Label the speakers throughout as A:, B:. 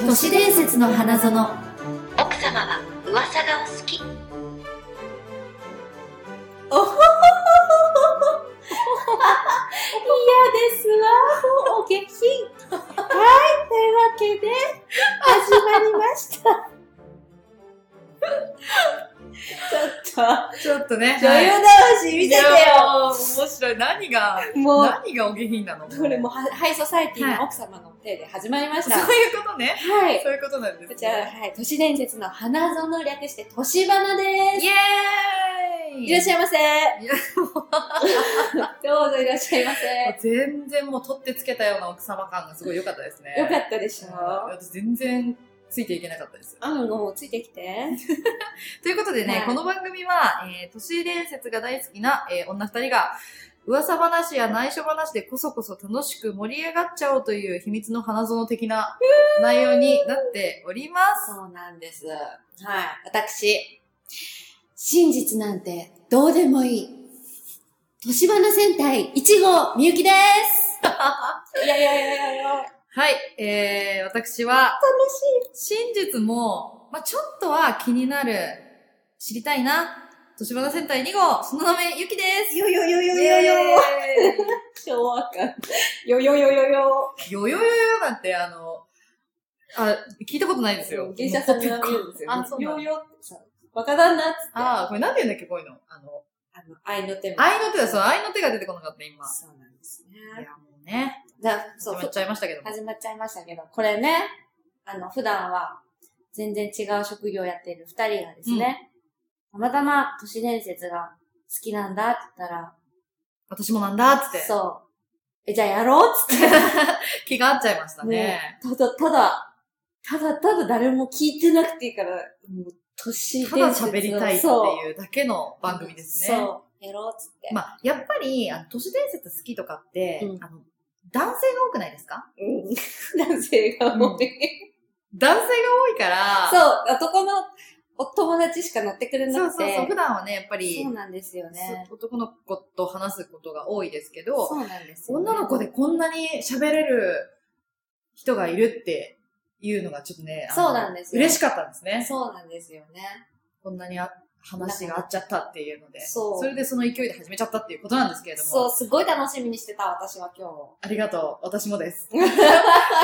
A: 都市伝説の花園
B: 奥様は噂がお好き
A: おほほほほほ嫌ですわお下品はいというわけで始まりましたちょっ
C: ちょっとね。
A: と女優直し見せてよ
C: 面白い。何が、
A: もう
C: 何がお下品なのそ
A: こ
C: う
A: れ
C: いう
A: もうハハイソサイティの奥様の手で始まりましたは
C: ことね。
A: い
C: そういうことなんです、ね。
A: こちら、はい、都市伝説の花園略して、都市花で
C: イエー
A: す。
C: イ
A: いらっしゃいませ。
C: や
A: どうぞいらっしゃいま せ。
C: 全然もう取ってつけたような奥様感がすごい良かったですね。
A: よかったでしょ
C: 私全然ついていけなかったです。
A: うん、もうついてきて。
C: ということでね、
A: はい
C: この番組は、えー、都市伝説が大好きな、えー女二人が、噂話や内緒話でこそこそ楽しく盛り上がっちゃおうという秘密の花園的な内容になっております。
A: そうなんです。はい。私、真実なんてどうでもいい。都市花戦隊1号みゆき です。いやいやいやいやいや。楽
C: はい、えー、私は、真実も、まあ、ちょっとは気になる、知りたいな、年花戦隊2号、その名前、ゆきです
A: しい。よよよよ
C: イエ
A: よよ。
C: ー
A: 昭和感。よよよよよ。
C: イよよよよなんて、あの、あ、聞いたことないですよ。
A: 芸者さんが見るんですよ。
C: あ、そうな
A: よ
C: んだ。
A: よってさ、バカだなっつって。
C: あー、これなんて言うんだっけ、こういうの。あの、
A: あの、愛の手も。
C: 愛の手だ、そう、愛の手が出てこなかった、今。い
A: そうなんです
C: や
A: ね。、
C: もうね、
A: だそう、
C: 始まっちゃいましたけども。
A: 始まっちゃいましたけど、これね、あの、普段は全然違う職業をやっている二人がですね、たまたま都市伝説が好きなんだって言ったら、
C: 私もなんだ、っつって。
A: そう。え、じゃあやろうっつって。
C: 気が合っちゃいましたね。
A: ただ、ただ、ただただ誰も聞いてなくていいから、もう、都市
C: ただ
A: 伝説を
C: 喋りたいって
A: そう
C: いうだけの番組ですね。
A: そう。やろうっつって。
C: まあ、やっぱり、あの、都市伝説好きとかって、
A: うん
C: あの、男性が多くないですか
A: うん。 男性が多い。
C: 男性が多いから、
A: そうう、男のお友達しか乗ってくれな
C: そう
A: くて。
C: そうそう普段はね、やっぱり、
A: そうなんですよね。
C: そう男の子と話すことが多いですけど、
A: うなんですよね
C: 女の子でこんなに喋れる人がいるっていうのがちょっとね、あの
A: そうなんですよ
C: 嬉しかったんですね。
A: そうなんですよね。
C: こんなにあ話が合っちゃったっていうので、
A: そう
C: れでその勢いで始めちゃったっていうことなんですけれども、
A: そう、すごい楽しみにしてた、私は今
C: ありがとう。私も です。え、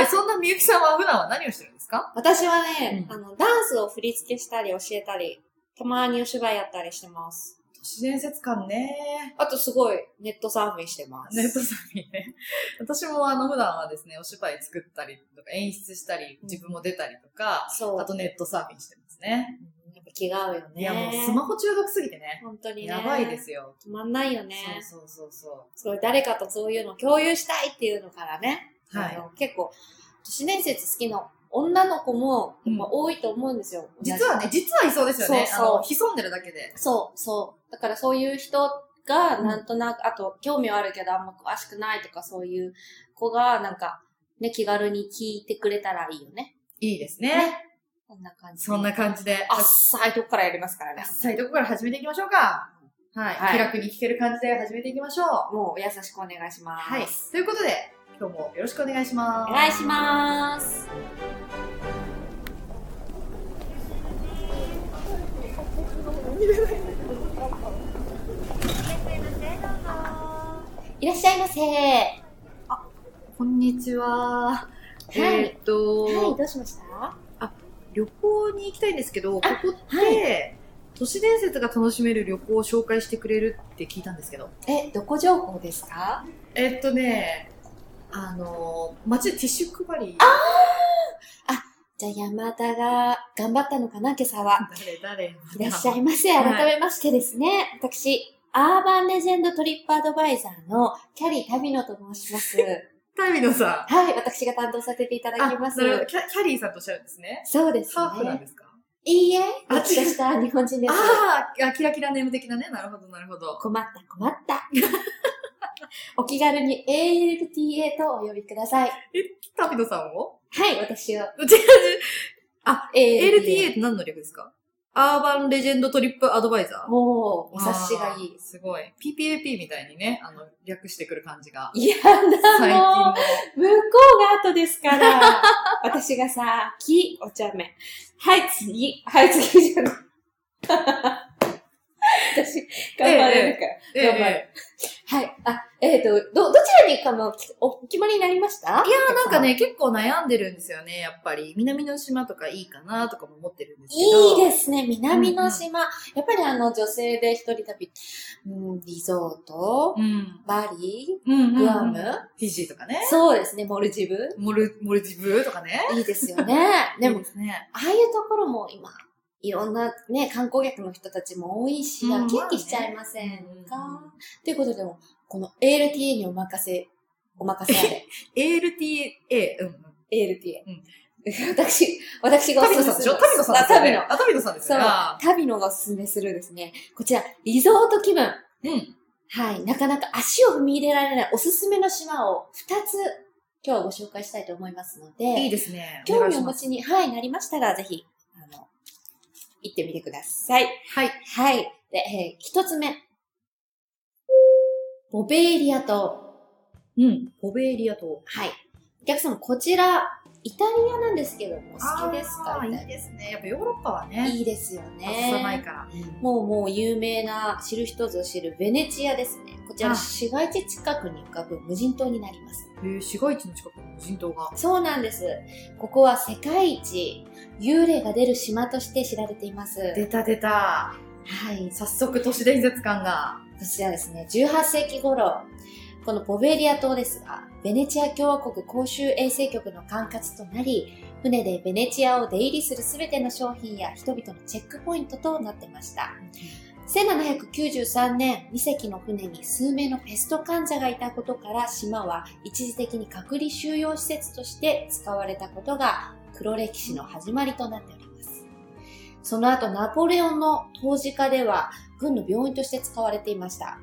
C: そんなみゆきさんは普段は何をしてるんですか
A: 日。私はね、
C: うん
A: あの、ダンスを振り付けしたり教えたり、たまにお芝居やったりしてます。
C: 都市伝説館ね。
A: あとすごい、ネットサーフィンしてます。
C: ネットサーフィンね。私もあの普段はですね、お芝居作ったりとか演出したり、自分も出たりとか、
A: そう。
C: あとネットサーフィンしてますね。
A: やっぱ気が合うよね。
C: いやもうスマホ中毒すぎてね。
A: 本当にね。
C: やばいで。すよ。
A: 止まんないよね。
C: そうそうそうそ
A: すごい、誰かとそういうの共有したいっていうのからね。
C: う。は
A: あ
C: い。
A: の結構、都市伝説好きな女の子も、やっぱ多いと思うんですよ。
C: 実はね、実はいそうですよね。
A: そうそう
C: あの、潜んでるだけで。
A: そう、そう。だからそういう人が、
C: うん
A: なんとなく、あと、興味はあるけど、あんま詳しくないとか、そういう子が、なんか、ね、気軽に聞いてくれたらいいよね。
C: いいですね。
A: こんな感じ。
C: そんな感じで。
A: あっさいとこからやりますからね。
C: さあ、どこから始めていきましょうか。はい。
A: はい
C: 気楽に聞ける感じで始めていきましょう。
A: もう、優しくお願いします。
C: はい。ということで、今日もよろしくお願いしま
A: お
C: す。
A: 願いし ます。いらっしゃいませ。は
C: こんにちは。
A: い。
C: えーっと、
A: はい、どうしました
C: 旅行に行きたいんですけど、ここって、
A: は
C: 都市伝説が楽しめる旅行を紹介してくれるって聞いたんですけど。
A: え、どこ情報ですか
C: えっとね、あの、街でティッシュ配り。
A: じゃあ山田が頑張ったのかな、今朝は。
C: 誰誰
A: いらっしゃ
C: い。
A: いませ。
C: はい
A: 改めましてですね、私、アーバンレジェンドトリップアドバイザーのキャリー・タミノと申し ます。
C: タミノさん。
A: はい、私が担当させていただきます
C: な。るほどキャキャリーさんとおっしゃるんですね。
A: そうです
C: ハーフなん
A: ね。
C: ですか
A: いいえ、
C: あ
A: どっちかした日本人です。
C: あーあ、キラキラネーム的なね。なるほど、なるほど。
A: 困った、困った。 お気軽に ALTA とお呼びください。
C: タミノさんを
A: はい、私を
C: 違う違う。あ、
A: ALTA。
C: LTA って何の略ですかアーバンレジェンドトリップアドバイザー。
A: おお、お察しがい
C: あー
A: い。
C: すごい。PPAP みたいにね、あの、略してくる感じが。
A: いやだ、
C: 最近
A: もう向
C: の。
A: こうが後です から。私がさ、き、お茶目。はい、次。はい、次じゃない。 私、頑張れるから。
C: え
A: 頑張る
C: え
A: はい。あ、えっ、と、ど、どちらに行くかもきおお決まりになりましたいやー
C: なんか。ね、結構悩んでるんですよね、やっぱり。南の島とかいいかなとかも思ってるんですけど。
A: いいですね、南の島。やっぱりあの、女性で一人旅、うん、リゾート、
C: うん。
A: バリ、
C: うんうんうん
A: グアム、
C: フィジーとかね。
A: そうですね、モルジブ。
C: モル、モルジブとかね。
A: いいですよね。でも
C: いい、すね。
A: ああいうところも今、いろんなね、観光客の人たちも多いし、
C: う
A: 飽
C: ん
A: き飽きしちゃいませんか、
C: まあね
A: っていうことでも、この ALTA にお任せ、お任せあれ。
C: ALTA、うんうん。
A: ALTA。
C: うん
A: 私、私がお
C: 旅
A: すすめ
C: のさんですしょ
A: る。
C: 旅のさん
A: あ
C: ですよ
A: 旅
C: ね
A: の。
C: あ、旅のさんですよね。
A: そう
C: あ
A: 旅のがおすすめするですね。こちら、リゾート気分。
C: ーうん。
A: はい。なかなか足を踏み入れられないおすすめの島を2つ今日はご紹介したいと思いますので、
C: いいですね。お
A: 興
C: 願い
A: 味
C: し
A: をお
C: ま
A: 持
C: す
A: ちに、はい、なりましたら、ぜひ、あの、行ってみてください。
C: はい。
A: はい。で、えー一つ目。ボベーリア島。
C: うん。ボベーリア島。
A: はい。お客様、こちら、イタリアなんですけども、お好きです
C: あ
A: か
C: ー
A: イ
C: い
A: タ
C: い
A: リ
C: ですね。やっぱヨーロッパは
A: ア
C: ね。
A: いいですよ
C: 外さない
A: ね。
C: から。
A: もうもう有名な、知る人ぞ知るベネチアですね。こち
C: あ
A: ら、市街地近くに浮かぶ無人島になります。
C: えー、市街地の近くに無人島が。
A: そうなんです。ここは世界一、幽霊が出る島として知られています。
C: 出た出た。
A: はい。
C: 早速都市伝説感が。
A: こちらですね、18世紀頃、このボベリア島ですが、ベネチア共和国公衆衛生局の管轄となり、船でベネチアを出入りするすべての商品や人々のチェックポイントとなってました。1793年、2隻の船に数名のペスト患者がいたことから、島は一時的に隔離収容施設として使われたことが黒歴史の始まりとなっております。その後、ナポレオンの当時化では、軍の病院として使われていました。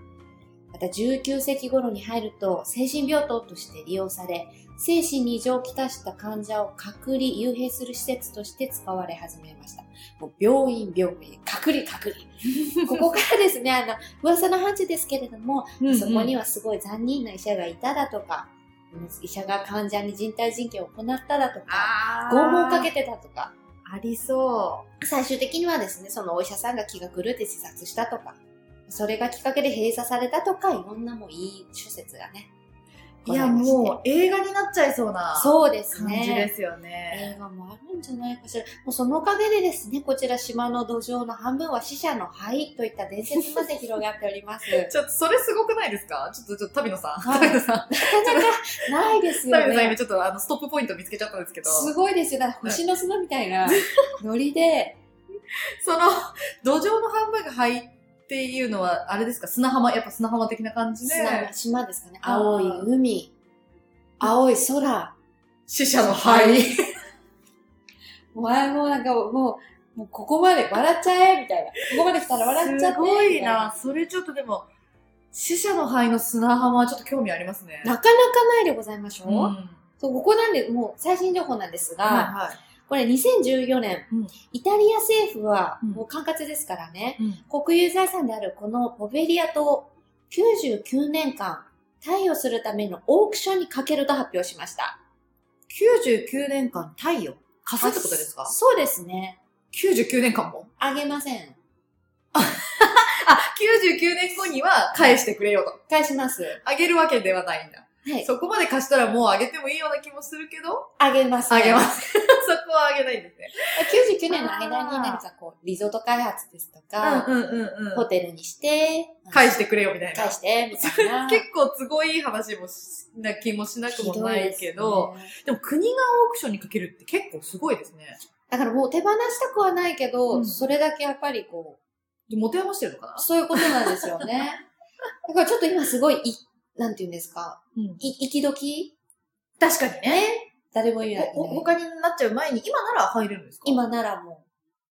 A: また19世紀頃に入ると精神病棟として利用され、精神に異常をきたした患者を隔離、幽閉する施設として使われ始めました。もう病院、病院、隔離、隔離。 ここからですね、あの、噂の範疇ですけれども、そこに
C: は。
A: はすごい残忍な医者がいただとか、うん医者が患者に人体人権を行っただとか、
C: あー
A: 拷問をかけてたとか、
C: ありそ
A: 最終的にはですね、そのお医者さんが気が狂って自殺したとか、それがきっかけで閉鎖されたとか、いろんなもういい諸説がね。
C: う。いや、もう映画になっちゃいそうな
A: うそうです
C: 感じで
A: ね。
C: すよね。
A: 映画もあるんじゃないかしら。もうそのおかげでですね、こちら島の土壌の半分は死者の灰といった伝説まで広がっております。
C: ちょっとそれすごくないですかちょっと、ちょっと、旅のさん。
A: はい
C: 旅のさん。
A: なかなかないですよ
C: 旅のさん、今
A: ね。
C: ちょっとあの、ストップポイント見つけちゃったんですけど。
A: すごいですよ。だから星の砂みたいなノリで、
C: その、土壌の半分が灰っていうのは、あれですか砂浜、やっぱ砂浜的な感じで。
A: 砂島ですかね。青い海、青い空、
C: 死者の灰。
A: もう、あもうなんかもう、もう、もうここまで笑っちゃえ、みたいな。ここまで来たら笑っちゃって。
C: すごいな。それちょっとでも、死者の灰の砂浜はちょっと興味ありますね。
A: みたいな。なかなかないでございましょう、
C: うん
A: そうここなんで、もう最新情報なんですが、
C: は
A: これ2014年、
C: うん
A: イタリア政府は、
C: うん
A: もう管轄ですからね、
C: いはい。
A: 国有財産であるこのボベリア島、99年間、貸与するためのオークションにかけると発表しました。
C: 99年間太陽貸すってことですか
A: あそうですね。
C: ?99 年間も
A: あげません。
C: あ、99年後には返してくれよと。
A: 返します。
C: あげるわけではないんだ。
A: はい。
C: そこまで貸したらもうあげてもいいような気もするけど、
A: あげません。
C: あげません。 そこはあげないんですね。
A: 99年の間に何かこう、リゾート開発ですとか、
C: うんうん
A: ホテルにして、
C: 返してくれよみたいな
A: 返。して、みたいな。
C: 結構都合いい話もしな気もしなくもないけど、
A: ひどいですね
C: でも国がオークションにかけるって結構すごいですね。
A: だからもう手放したくはないけど、
C: うん
A: それだけやっぱりこ
C: で持て余してるのかな
A: う、そういうことなんですよね。 だからちょっと今すごい、い、なんて言うんですか、
C: うん、
A: い、行き時
C: 確かにね。
A: 誰もいない。
C: ほほ他になっちゃう前に、今なら入れるんですか。
A: 今ならも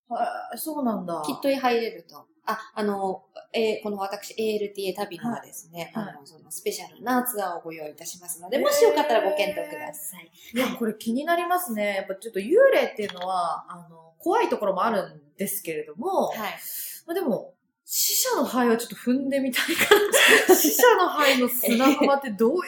C: はいそうなんだ。
A: う、きっと入れると。あ、あの、えーこの私、ALTA 旅のはですね、
C: はい
A: あの、そのスペシャルなツアーをご用意いたしますので、もしよかったらご検討ください。
C: いや、これ気になりますね。やっぱちょっと幽霊っていうのは、あの、怖いところもあるんですけれども、
A: はい。
C: まあ、でも、死者の灰はちょっと踏んでみたいか な。死者の灰の砂浜ってどういう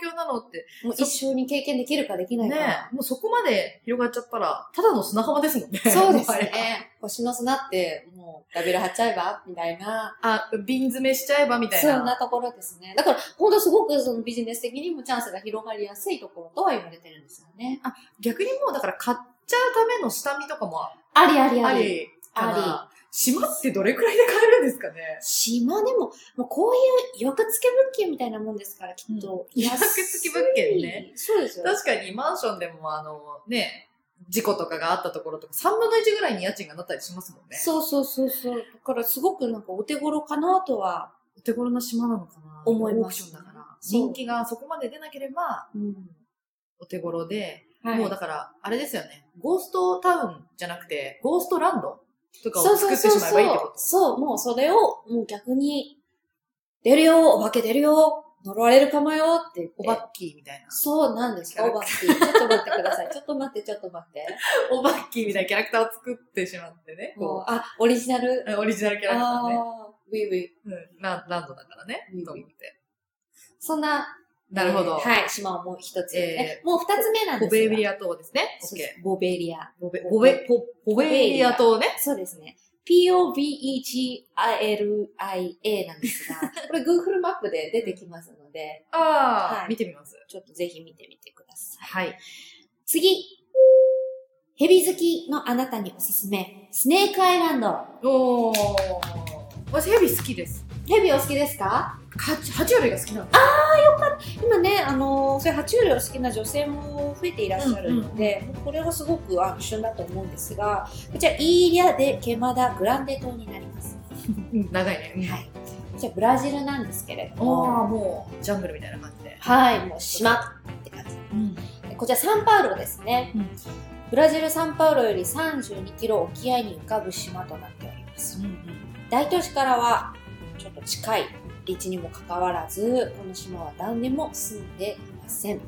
C: 状況なの って。
A: もう一生に経験できるかできないか。
C: ねえもうそこまで広がっちゃったら、ただの砂浜ですもんね。
A: そうです
C: もはや。
A: ね。星の砂って、もう、ラベル貼っちゃえばみたいな。
C: あ、瓶詰めしちゃえばみたい
A: そん
C: な。
A: なところですね。だから、本当すごくそのビジネス的にもチャンスが広がりやすいところとは言われてるんですよね。
C: 逆にもうだから買っちゃうための下見とかも
A: ありあり
C: あ
A: あり。
C: りかな
A: あ。
C: 島ってどれくらいで買えるんですかね
A: 島でも、もうこういう役付け物件みたいなもんですから、きっと。
C: うん
A: 安い
C: 予約付き物件ね。
A: そうですよ。
C: 確かにマンションでもあの、ね、事故とかがあったところとか、3分の1ぐらいに家賃がなったりしますもんね。
A: そうそうそうそう。だからすごくなんかお手頃かなとは。
C: お手頃な島なのかな
A: 思い
C: オー
A: ま
C: ク
A: す
C: ションだから。
A: そう
C: 人気がそこまで出なければ、
A: うん。
C: お手頃で、
A: はい。
C: もうだから、あれですよね。ゴーストタウンじゃなくて、ゴーストランドとか
A: そ
C: を
A: うそ
C: 作
A: う
C: って
A: そう
C: しまえばいいっ
A: そ
C: て
A: う
C: こ。
A: そう、もうそれを、もう逆に、出るよ、お化け出るよ、呪われるかもよって言って。
C: と。おばっきーみたいな。
A: そうなんですか、
C: 違う
A: おばっき。ちょっと待ってください。ちょっと待って、ちょっと待って。
C: おばっきーみたいなキャラクターを作ってしまってね。
A: もう
C: こ、
A: あ、オリジナル。
C: うオリジナルキャラクターね。
A: ああ、ウィウィ。
C: うんランランドだからね
A: う。ん
C: と思って。
A: そんな、
C: なるほ
A: えー
C: ど。
A: はい、島をもう一つ。
C: え
A: えもう二つ目なんで
C: ポ
A: すよ
C: ベリア島ですね。オ
A: そ
C: ッ
A: うで
C: ケ
A: すボベリア。
C: ー。ポベ、ポベ、ポポベリア島ね。
A: そうですね。POVEGILIA なんです が、これ Google マップで出てきますので、
C: ああ、
A: はい
C: 見てみます。
A: ちょっとぜひ見てみてください。
C: はい。
A: 次。ヘビ好きのあなたにおすすめ。スネークアイランド。
C: おー。私ヘビ好きです。
A: ヘビお好きですか
C: 爬虫爬虫類が好きなんで
A: 今ね、あのーそういう爬虫類を好きな女性も増えていらっしゃるので、これはすごくあの旬だと思うんですが、こちら、イーリア・デ・ケマダ・グランデ島になります。
C: す。長いね。
A: はい。こちら、ブラジルなんですけれど
C: ああ、
A: も、
C: もう、ジャングルみたいな感じで。
A: はい、もう島って感じ。
C: うん。
A: こちらサンパウロですね、
C: うん
A: ブラジル・サンパウロより32キロ沖合に浮かぶ島となっております大都市からはちょっと近い立地にもかかわらずこの島は誰も住んでいません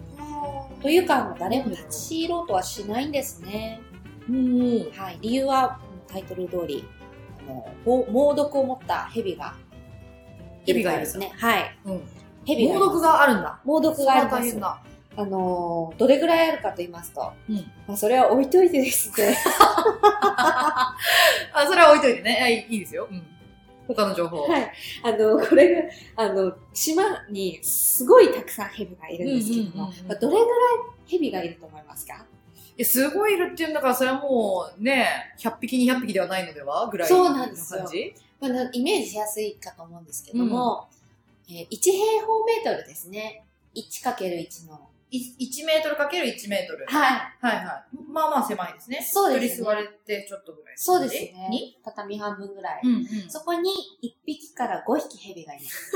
A: というかあの誰も立ち入ろうとはしないんですね、
C: うん。
A: はい、理由はタイトル通りあの猛猛毒を持った蛇が
C: 蛇がいるん
A: で
C: だ
A: すねはい
C: うん。
A: 蛇が
C: 猛毒があるんだ。
A: 猛毒がありま
C: それは大
A: す
C: 変だ。
A: あのーどれぐらいあるかと言いますと、
C: うん
A: まあ、それは置いといてですね。
C: あ、それは置いといてね。あいいいいですよ。うん。他の情報。
A: はい。あのこれが、あの、島にすごいたくさんヘビがいるんですけども、
C: うんうんうんうん
A: まあどれぐらいヘビがいると思いますか
C: いやすごいいるっていうんだから、それはもう、ね、100匹200匹ではないのではぐらい
A: そうなんですよ
C: 感じ
A: まあ、なイメージしやすいかと思うんですけども、えー1平方メートルですね。1×1 の。
C: い1メートルかける1メートル。い。
A: はい。
C: はいはい。まあまあ狭いですね。
A: そうですね
C: 一人座れてちょっとぐらい。
A: そうですね
C: に。
A: 畳半分ぐらい。
C: うんうん。
A: そこに1匹から5匹ヘビがいます。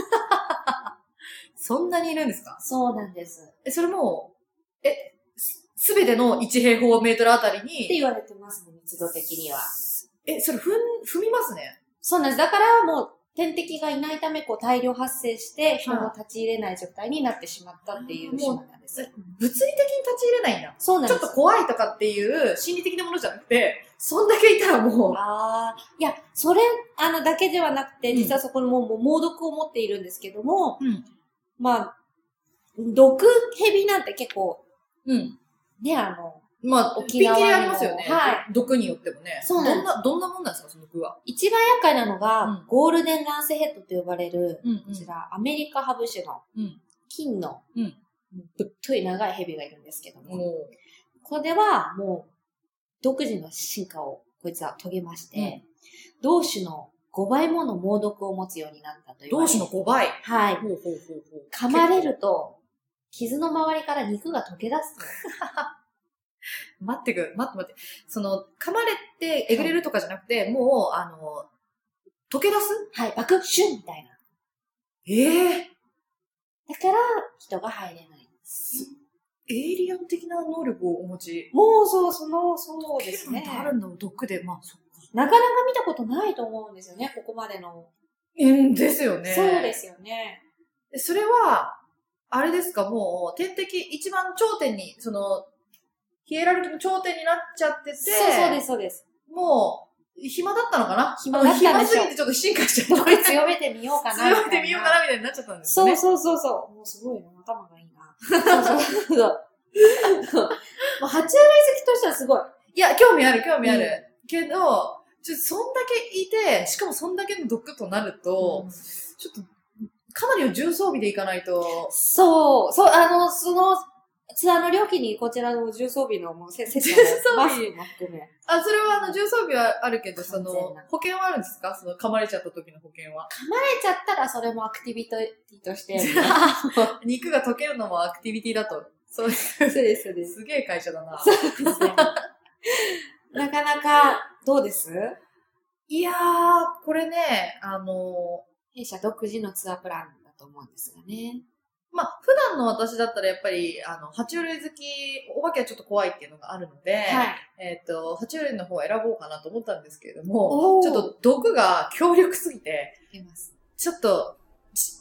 C: そんなにいるんですか
A: そうなんです。っ
C: え、それもう、え、すすべての1平方メートルあたり
A: て
C: に、
A: 言われてますね、密度的には。
C: え、それ踏ん、踏みますね。
A: そうなんです。だからもう、天敵がいないため、こう、大量発生して、人も立ち入れない状態になってしまったっていう島なんです。
C: 物理的に立ち入れないんだ。
A: そうなん
C: ち
A: で
C: ょっ
A: す。
C: と怖いとかっていう心理的なものじゃなくて、そんだけいたらもう、
A: ああ、いや、それ、あの、だけではなくて、
C: うん
A: 実はそこにも、もう猛毒を持っているんですけども、
C: うん
A: まあ、毒蛇なんて結構、
C: うん。
A: ね、あの、
C: まあ、
A: 沖縄の
C: ピンキリありますよね。
A: は
C: 毒によってもね。
A: そうなんです
C: どんな、どんなもんなんですか、その毒は。
A: 一番厄介なのが、
C: うん
A: ゴールデンランスヘッドと呼ばれる、
C: うん、
A: こちら、アメリカハブ種の
C: うん、
A: 金の
C: うん、
A: ぶっとい長い蛇がいるんですけども、
C: も
A: これはもう、独自の進化をこいつは遂げまして、
C: うん、
A: 同種の5倍もの猛毒を持つようになったというう。
C: 同種の5倍。
A: はい。
C: ほうほうほうほう
A: 噛まれ。ると、傷の周りから肉が溶け出す
C: 待ってく、待って待って。その、噛まれて、えぐれるとかじゃなくて、もう、あの、溶け出す
A: と。はい。バクシュンみたいな。
C: ええ
A: だから、人が入れない。
C: エイリアン的な能力をお持ち。
A: もうそう、その、そうですね。
C: あるんだ、毒で。まあ、そっか。
A: なかなか見たことないと思うんですよね、ここまでの。
C: うんですよね。
A: そうですよね。
C: す。それは、あれですか、もう、天敵、一番頂点に、その、ヒエラルキーの頂点になっちゃってて、
A: そうそうです、そうです。
C: もう、暇だったのかな
A: 暇だったんでしょ
C: もう暇すぎてちょっと進化しちゃ
A: ど
C: った。
A: こ強めてみようかな
C: 強めてみようかなみたいになっちゃったんです
A: そう
C: ね。
A: そうそうそう。もうすごいな、頭がいいな。そうそう そう。もう、爬虫類好きとしてはすごい。
C: いや、興味ある、興味ある。
A: う
C: けど、ちょそんだけいて、しかもそんだけの毒となると、ちょっと、かなりの重装備でいかないと、
A: そう、そう、あの、その、ツアーの料金にこちらの重装備のもうせセットの
C: 重装
A: マス
C: 備
A: クも含め。
C: あ、それはあの、重装備はあるけど、その
A: 完全な、
C: 保険はあるんですかその、噛まれちゃった時の保険 は。
A: 慣れちゃったらそれもアクティビティと して。
C: 肉が溶けるのもアクティビティだと。そうです。
A: そうです、そうです。
C: すげえ会社だな。
A: なかなか、どうです
C: いやー、これね、あの
A: 弊社独自のツアープランだと思うんですがね。
C: まあ、普段の私だったらやっぱり、あの、爬虫類好き、お化けはちょっと怖いっていうのがあるので、
A: はい。
C: えっ、と、爬虫類の方を選ぼうかなと思ったんですけれども
A: お、ー
C: ちょっと毒が強力すぎて、
A: います。
C: ちょっと、し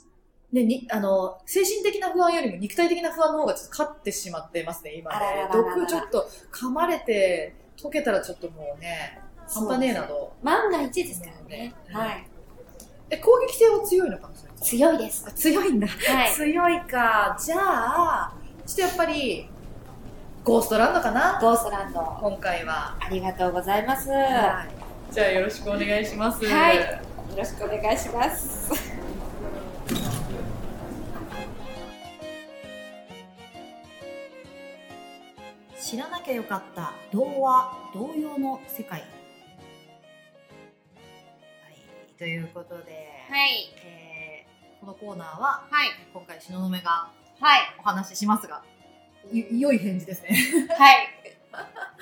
C: ね、に、あの、精神的な不安よりも肉体的な不安の方がちょっと勝ってしまってますね、今ね
A: あららららら
C: 毒ちょっと噛まれて、溶けたらちょっともうね、半端ねえなと。
A: 万が一ですからね。はい。
C: え、攻撃性は強いのかもしれない。
A: 強いです。
C: あ強いんだ。
A: はい。
C: 強いか。じゃあ、ちょっとやっぱり、ゴーストランドかな
A: ゴーストランド、
C: 今回は。
A: ありがとうございます。よ
C: はい。じゃあよろしくお願いします。
A: はいろしくお願いします。
D: 知らなきゃよかった童話童謡の世界はいということで、
A: はい。
D: えーこのコーナーは
A: はい。
D: 今回東雲が
A: はい。
D: お話ししますがい良い返事ですね
A: はい。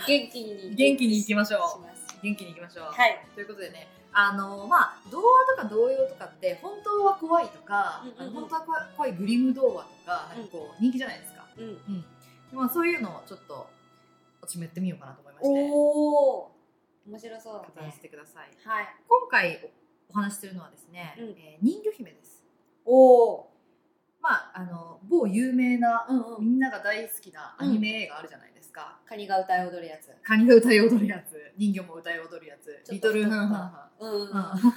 A: 元気に。
C: 元気に行きましょう
A: します
C: 元気に行きましょう。
A: はい。
C: ということでね、あのまあ、童話とか童謡とかって本当は怖いとか、
A: うんうんうん
C: あの本当は怖い怖いグリム童話とかなんかこう人気じゃないですか、
A: うん。
C: まあ、そういうのをちょっと私もやってみようかなと思いまして
A: おお。面白そう
C: 語
A: だ
C: ら
A: ね
C: せ。てください
A: はい。
C: 今回お話しするのはですね、
A: うん
C: えー人魚姫です
A: おお。
C: まああの某有名な、
A: うんうん。
C: みんなが大好きなアニメ映画あるじゃないですか、
A: カニが歌い踊るやつ。
C: カニが歌い踊るやつ人魚も歌い踊るやつ
A: ちょ
C: リ
A: っと太
C: トル
A: った
C: フンフンハ
A: うんうん、
C: ン
A: うん
C: うん。
A: 太っ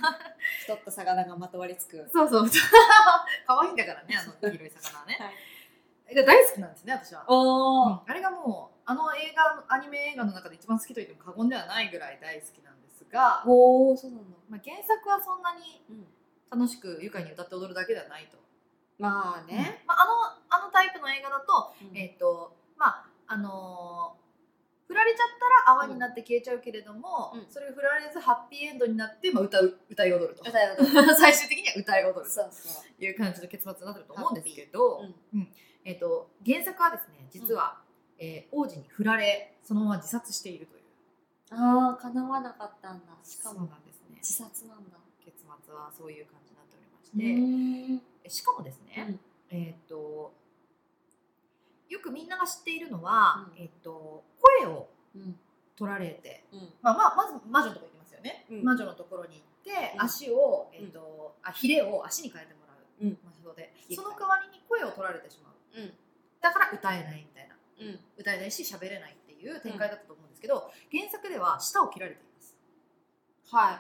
A: た魚がまとわりつく。
C: そうそう。 可愛いんだからね、あの黄色い魚ね。
A: はい
C: が大好きなんですね、私は。
A: お
C: うんあれがもう、あの映画、アニメ映画の中で一番好きと言っても過言ではないぐらい大好きなんですが、
A: おお、そうなんだ。
C: まあ、原作はそんなに
A: うん。
C: 楽しく愉快に歌って踊るだけではないと。
A: まあね。
C: まあ、あの、あのタイプの映画だと、
A: うん
C: えっ、と、まあ、あのー振られちゃったら泡になって消えちゃうけれども、
A: うん
C: それを振られずハッピーエンドになって、まあ、歌う歌い踊ると
A: 歌い踊る。
C: 最終的には歌い踊る
A: そうそう。
C: という感じの結末になってると思うんですけど、
A: うん。
C: えっと原作はですね実は、えー王子に振られそのまま自殺しているという
A: ああ、叶わなかったんだ。しか
C: そう
A: も
C: なんですね
A: 自殺なんだ。
C: 結末はそういう感じになっておりまし
A: う
C: て、
A: ーん。
C: えしかもですね、えっとよくみんなが知っているのは、
A: うん
C: えっと声を
A: うん。
C: 取られて、
A: うん。
C: まあまあ、まず魔女のところに行きますよね、
A: うん
C: 魔女のところに行って、
A: うん
C: 足を、えっとあヒレを足に変えてもらう、
A: うん
C: 魔女でその代わりに声を取られてしまう
A: うん。
C: だから歌えないみたいな
A: うん。
C: 歌えないし喋れないっていう展開だったと思うんですけど、原作では舌を切られています
A: はい。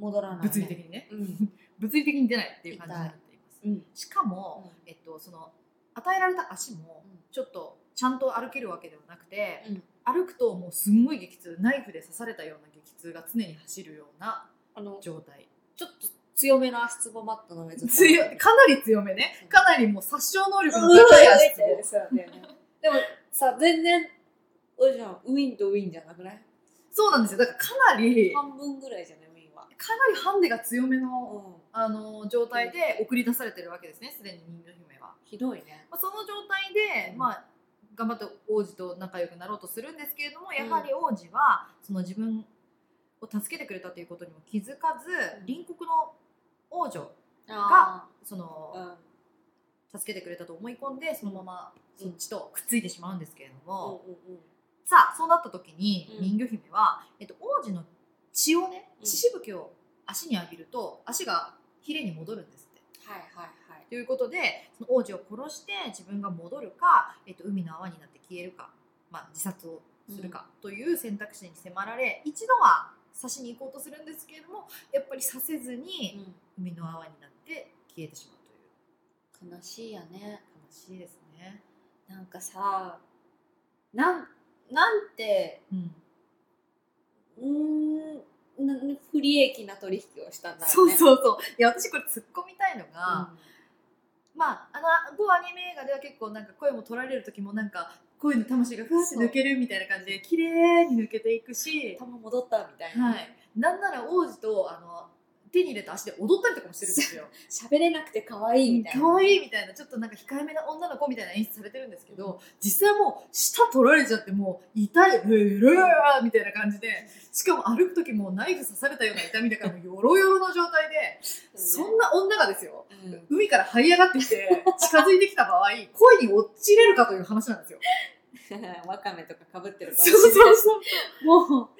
A: 戻らない、ね。
C: 物理的にね
A: うん。
C: 物理的に出ないっていう感じになっています
A: うん。
C: しかも、えっと、その与えられた足も
A: うん
C: ちょっとちゃんと歩けるわけではなくて、
A: うん
C: 歩くともうすんごい激痛ナイフで刺されたような激痛が常に走るような
A: あの、ちょ
C: 状
A: っ
C: 態
A: と強めの足つぼマットの上ずっと
C: 強いかなり強めねかなりもう殺傷能力
A: う
C: の
A: ん
C: 高い足つぼ
A: そうだよね。でもさ、全然、おじゃん、ウィンとウィンじゃなくない
C: そうなんですよだからかなりか
A: 半分ぐらいじゃない、ウィンは。
C: なりハンデが強めの
A: うん。
C: あの状態で送り出されてるわけですねすでに人魚姫は、
A: ひどいね。
C: まあ、その状態で、
A: うん
C: まあ、頑張って王子と仲良くなろうとするんですけれどもやはり王子はその自分を助けてくれたということにも気づかず
A: うん
C: 隣国の王女
A: ああ。
C: そ
A: う
C: の
A: ん。
C: 助けてくれたと思い込んでそのままそっちとくっついてしまうんですけれど
A: う
C: も、
A: んうん
C: さあそうなった時に
A: うん
C: 人魚姫は、えっと、王子の血をね
A: うん
C: 血しぶきを足に浴びると足がヒレに戻るんですって。
A: はいはいはい。
C: ということでその王子を殺して自分が戻るか、えっと、海の泡になって消えるか、まあ、自殺をするかという選択肢に迫られ、一度は刺しに行こうとするんですけれどもやっぱり刺せずに海の泡になって消えてしまうという
A: 悲しいよね。
C: 悲しいですね。
A: なんかさ、なん、なんて、
C: うん、
A: うーん、な不利益な取引をしたんだろ
C: そうう
A: ね。う。
C: そうそういや私これ突っ込みたいのが、まあ、あの某アニメ映画では結構なんか声も取られる時もなんか声の魂がふわって抜けるみたいな感じで綺麗に抜けていくし、
A: たま戻ったみたいな。
C: はい、なんなら王子とあの手に入れた足で踊ったりとかもしてるんですよ。
A: 喋れなくて可愛いみたいな。
C: 可 愛いみたいなちょっとなんか控えめな女の子みたいな演出されてるんですけど実際もう舌取られちゃってもう痛い「うるー」みたいな感じでしかも歩く時もナイフ刺されたような痛みだからもうヨロヨロの状態でそんな女がですよ
A: うんね
C: 海から這い上がってきて近づいてきた場合恋に落ちれるかという話なんですよ。
A: うん わかめとかかぶってるか
C: そ
A: も
C: う
A: しれない。
C: そうそう。
A: も、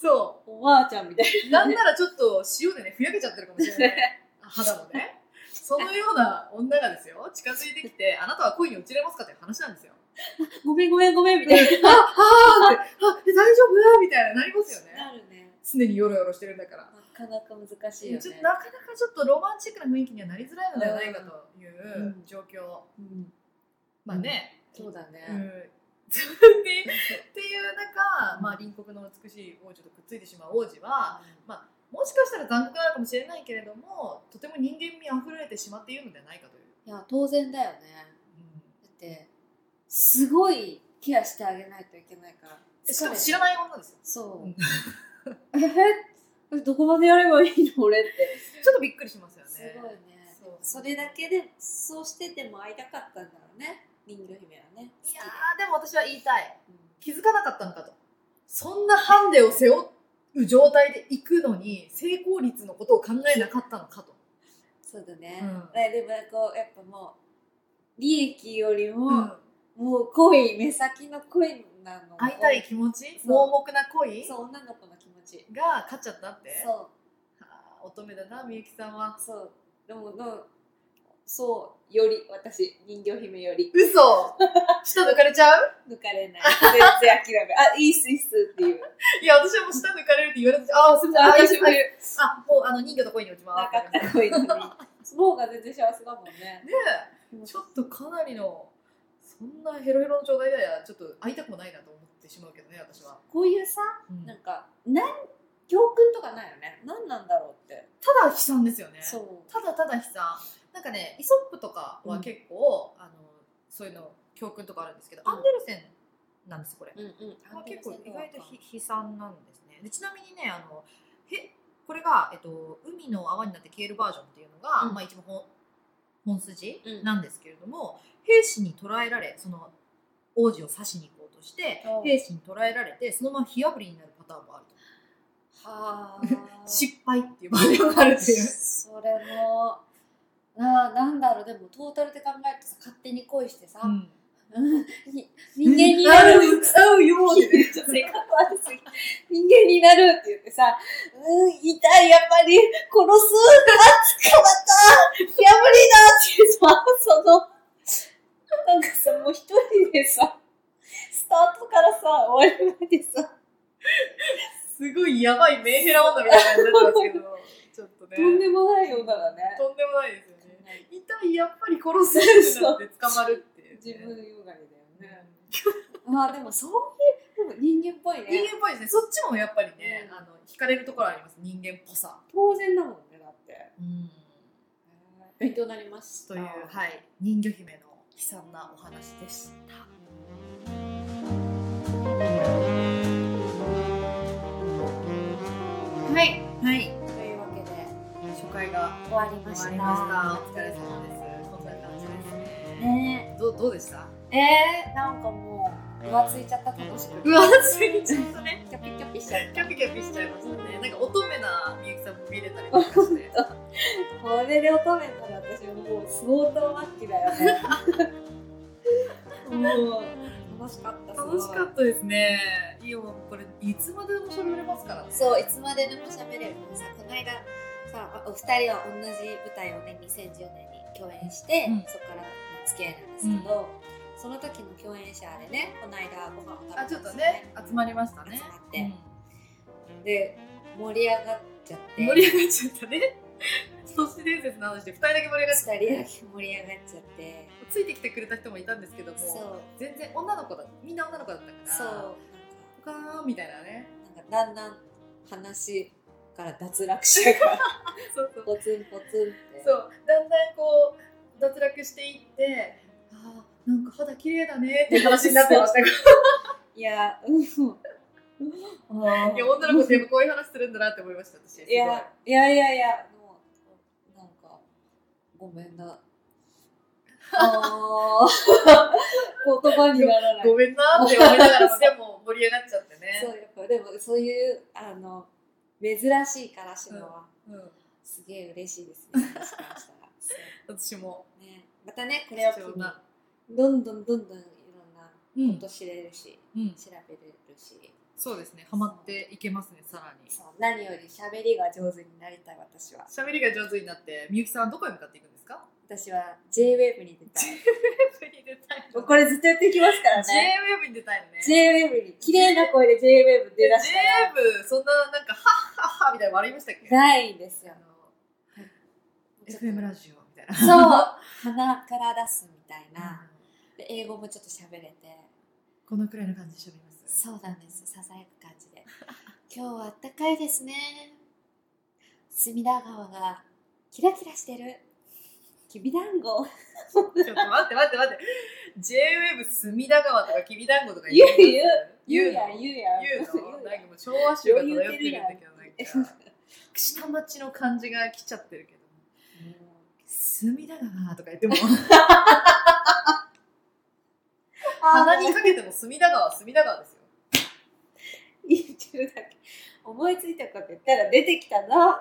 C: そう
A: おばあちゃんみたいな。
C: う。なんならちょっと塩でね、ふやけちゃってるかもし れない。肌もね。そのような女がですよ、近づいてきて、あなたは恋に落ちれますかという話なん ですよ。
A: ごめんごめんごめんみたい
C: あ、あーって、あ、え大丈夫みたいな、なりますよ
A: な。な
C: ね。
A: るね。
C: 常にヨロヨロしてるんだから。
A: なかなか難しいよね。
C: ちょっとなかなかちょっとロマンチックな雰囲気にはなりづらいのではないかという状況。
A: うん
C: まあね、
A: そうだね。
C: うん ってっていう中、まあ、隣国の美しい王女とくっついてしまう王子はもしかしたら残酷なのかもしれないけれどもとても人間味あふれてしまっているのではないかという、
A: いや、当然だよね。だって、すごいケアしてあげないといけないから。。
C: しかも知らないい女ですよ。
A: そううん えどこまでやればいいの俺って。
C: ちょっとびっくりしますよね
A: すごいね。
C: そう
A: それだけで、そうしてても会いたかったんだろうね。人魚姫はね。好き
C: い
A: で
C: やーでも私は言いたい
A: うん
C: 気づかなかったのかとそんなハンデを背負う状態で行くのに成功率のことを考えなかったのかと、
A: そうだね。
C: うん
A: えでもこうやっぱもう利益より
C: う
A: も、
C: ん
A: もう恋目先の恋なの。
C: 会いたい。気持ち
A: そう
C: 盲目な恋
A: そう女の子の気持ち。
C: が勝っちゃったって
A: そう
C: あー乙女だなみゆきさんは
A: そうでもでもそうより私人魚姫より
C: 嘘舌抜かれちゃう
A: 抜かれない全然諦めないあいいっすいいっすっていう
C: いや私はもう舌抜かれるって言われてああすみませんあいい ですはいあもうあの人魚と恋に落ちま
A: なかっ
C: す
A: た恋のにその方が全然幸せだもんね
C: ねえちょっとかなりのそんなヘロヘロの状態ではちょっと会いたくもないなと思ってしまうけどね私は、
A: こういうさ
C: うん
A: なんかなん教訓とかないよね何なんだろうって
C: ただ悲惨ですよね
A: そう
C: ただただ悲惨なんかねイソップとかは結構、あのそういうの教訓とかあるんですけど、
A: うん
C: アンデルセンなんですこれ、
A: うんうん
C: まあ、結構意外とひ
A: い
C: 悲惨なんですねでちなみにねあのへこれが、えっと、海の泡になって消えるバージョンっていうのが、
A: うん
C: まあ、一番本本筋
A: うん
C: なんですけれども、兵士に捕らえられその王子を刺しに行こうとして
A: おう
C: 兵士に捕らえられてそのまま火炙りになるパターンもあると
A: はあ
C: 失敗っていう場合もあるっていう
A: それもななんだろうでもトータルで考えるとさ勝手に恋してさ、
C: うん
A: うんに 人間になる
C: うん合うよってね
A: ちょっと性格悪すぎ人間になるって言ってさ「うん痛いやっぱり殺すあ捕まった破りだ」ってさそのなんかさもう一人でさスタートからさ終わりまでさ
C: すごいやばいメンヘラ女みたいな感じ になってますけどちょっとね
A: とんでもない女だね。
C: とんでもないですよね痛いやっぱり殺せるってなって捕まるっていうね、
A: 自分よがりだよ
C: ね
A: ね。まあでもそういうでも人間っぽい
C: 人
A: ね。
C: 間っぽいですねそっちもやっぱりね、
A: うん
C: あの惹かれるところあります人間っぽさ、
A: 当然だもんねだって。
C: うん、
A: 勉強になります。
C: という、はい、人魚姫の悲惨なお話でした
A: と
C: はいはい
A: いうわけで
C: 初回が
A: 終わりま
C: 終
A: した。
C: わりましたお疲れ様ですこんな感じですね
A: ね
C: どうどうでした
A: ええー、なんかもう浮ついちゃった楽しくて。
C: うわついちゃったね
A: キャピキャピしちゃっ
C: キャピキャピしちゃいましたねなんか乙女なみゆきさんも見れたりとか して
A: た。これで乙女なら私もう相当末期だよね。もう楽しかった。
C: 楽しか
A: た。
C: ったですね。いや、もうこれ、いつまでも喋れますからね。
A: そういつまででも喋れるのさこの間さあお二人は同じ舞台をね2010年に共演して、
C: うん
A: そこからの付き合いなんですけど、その時の共演者でねこの間ご飯を食べた
C: あ
A: ん
C: ち
A: で
C: ょっと
A: すよ
C: ね集まりましたね
A: 集まって、で盛り上がっちゃっ
C: う
A: て
C: ん盛り上がっちゃったね都市伝説の話で2人だけ盛り上がっちゃっ
A: 二人だけ盛り上がっちゃって
C: たついてきてくれた人もいたんですけども
A: そう
C: 全然女の子だみんな女の子だったから
A: そう
C: ポカーンみたいなね
A: なんかなんかだんだん話から脱落しなが ら
C: そうそう
A: ポツンポツンって
C: そうだんだんこう脱落していってあーなんか肌綺麗だねっていう話になってました
A: いやうんあー
C: いや女の子ってやっぱこういう話するんだなって思いました私
A: いやいやいやいやもうなんかごめん なあー言葉にならない
C: ごめんなって思いながらもでも盛り上がっちゃって
A: そう
C: ね
A: やっぱでもそういうあの珍しいからしのは、
C: う、
A: すげえ嬉しいですね私から したらそ
C: ん、私も
A: うねまたねこれを機
C: 貴重
A: に
C: な
A: どんどんどんどんいろんな
C: う
A: こと知れるし、
C: うん、
A: 調べれるし
C: そうですねハマっていけますねさらに
A: そう何より喋りが上手になりたい私は
C: 喋りが上手になってみゆきさんはどこへ向かっていくんですか
A: 私は JWAVE に出たい
C: JWAVE に出たい
A: もうこれずっとやっていきますからね
C: JWAVE に出たいのね
A: JWAVE に綺麗な声で JWAVE 出だしたら
C: JWAVE そんななんかハッハッハみたいなのありましたっけ
A: ないんですよ
C: あの
A: ちょっと
C: FM ラジオみたいな
A: そう鼻から出すみたいな、で英語もちょっと喋れて
C: このくらいの感じで喋ります
A: そうなんです。ささやく感じで。 今日はあったかいですね。隅田川がキラキラしてる。きびだんご。
C: ちょっと待って待って待って JWAVE 隅田川とかきびだんごとか
A: 言う
C: 言う
A: 言うや
C: 言うの
A: 言
C: なんかもう昭和集が漂ってるんだけ
A: 言う
C: どなんか下町の感じが来ちゃってるけど隅田川とか言っても鼻にかけても隅田川は隅田川 ですよ
A: 言ってるだけ。思いついたこと言ったら出てきたな。
C: ま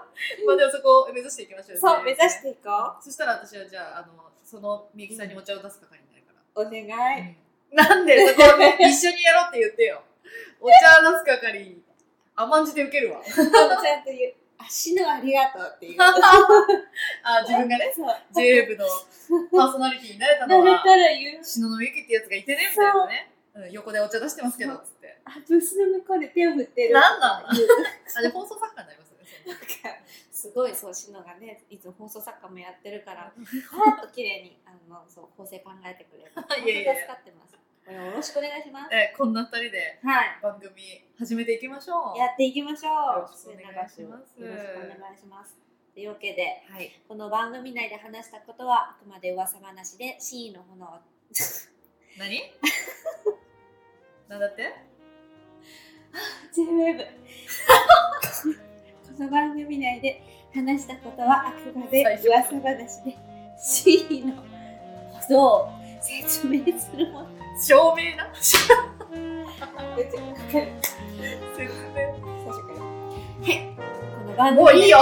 C: あでもそこを目指していきましょう
A: そう、目指していこ
C: そしたら私はじゃああのそのみゆきさんにお茶を出す係になるから
A: う。お願 い。
C: なんでそこをね 一緒にやろうって言ってよ。お茶出す係、甘んじて受け るわ。
A: ちゃんと言う。足のありがとう っていう。
C: あ自分がね、
A: そう。
C: JF のパーソナリティになれたの
A: 慣れ
C: は、
A: たら言う。
C: 篠のゆきってやつがいてね、みたいなね。うん、横でお茶出してますけど、つって。
A: あ、ブースの向こうで手を振ってる。
C: なんなん
A: 言う
C: あ、で放送作家になりますね。
A: すごいそうしのがねいつも放送作家もやってるからパラッと綺麗にあのそう構成考えてくれる
C: いやいや
A: 本当助かってますこれよろしくお願いしま
C: そ
A: す
C: れえこんな二人で
A: はい
C: 番組始めていきましょう。
A: やっていきましょう
C: よろしくお願いします
A: よろしくお願いしますというわけで
C: はい。
A: この番組内で話したことはあくまで噂話で真意の炎を
C: 何 なんだって
A: JWAVE この番組内で話したことはあくまで噂話で真意のことを説明するもの
C: 照明な
A: 説
C: 説明
A: はいこの番組
C: もういいよ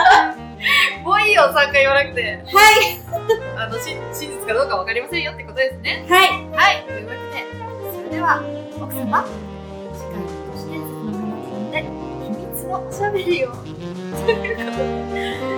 C: もういいよ、3回言わなくて。
A: はい
C: あの真真実かどうかわかりませんよってことですね。
A: はい
C: はい、というわけで、それでは奥様、次回の 都市伝説の皆さんで秘密のおしゃべりをということで、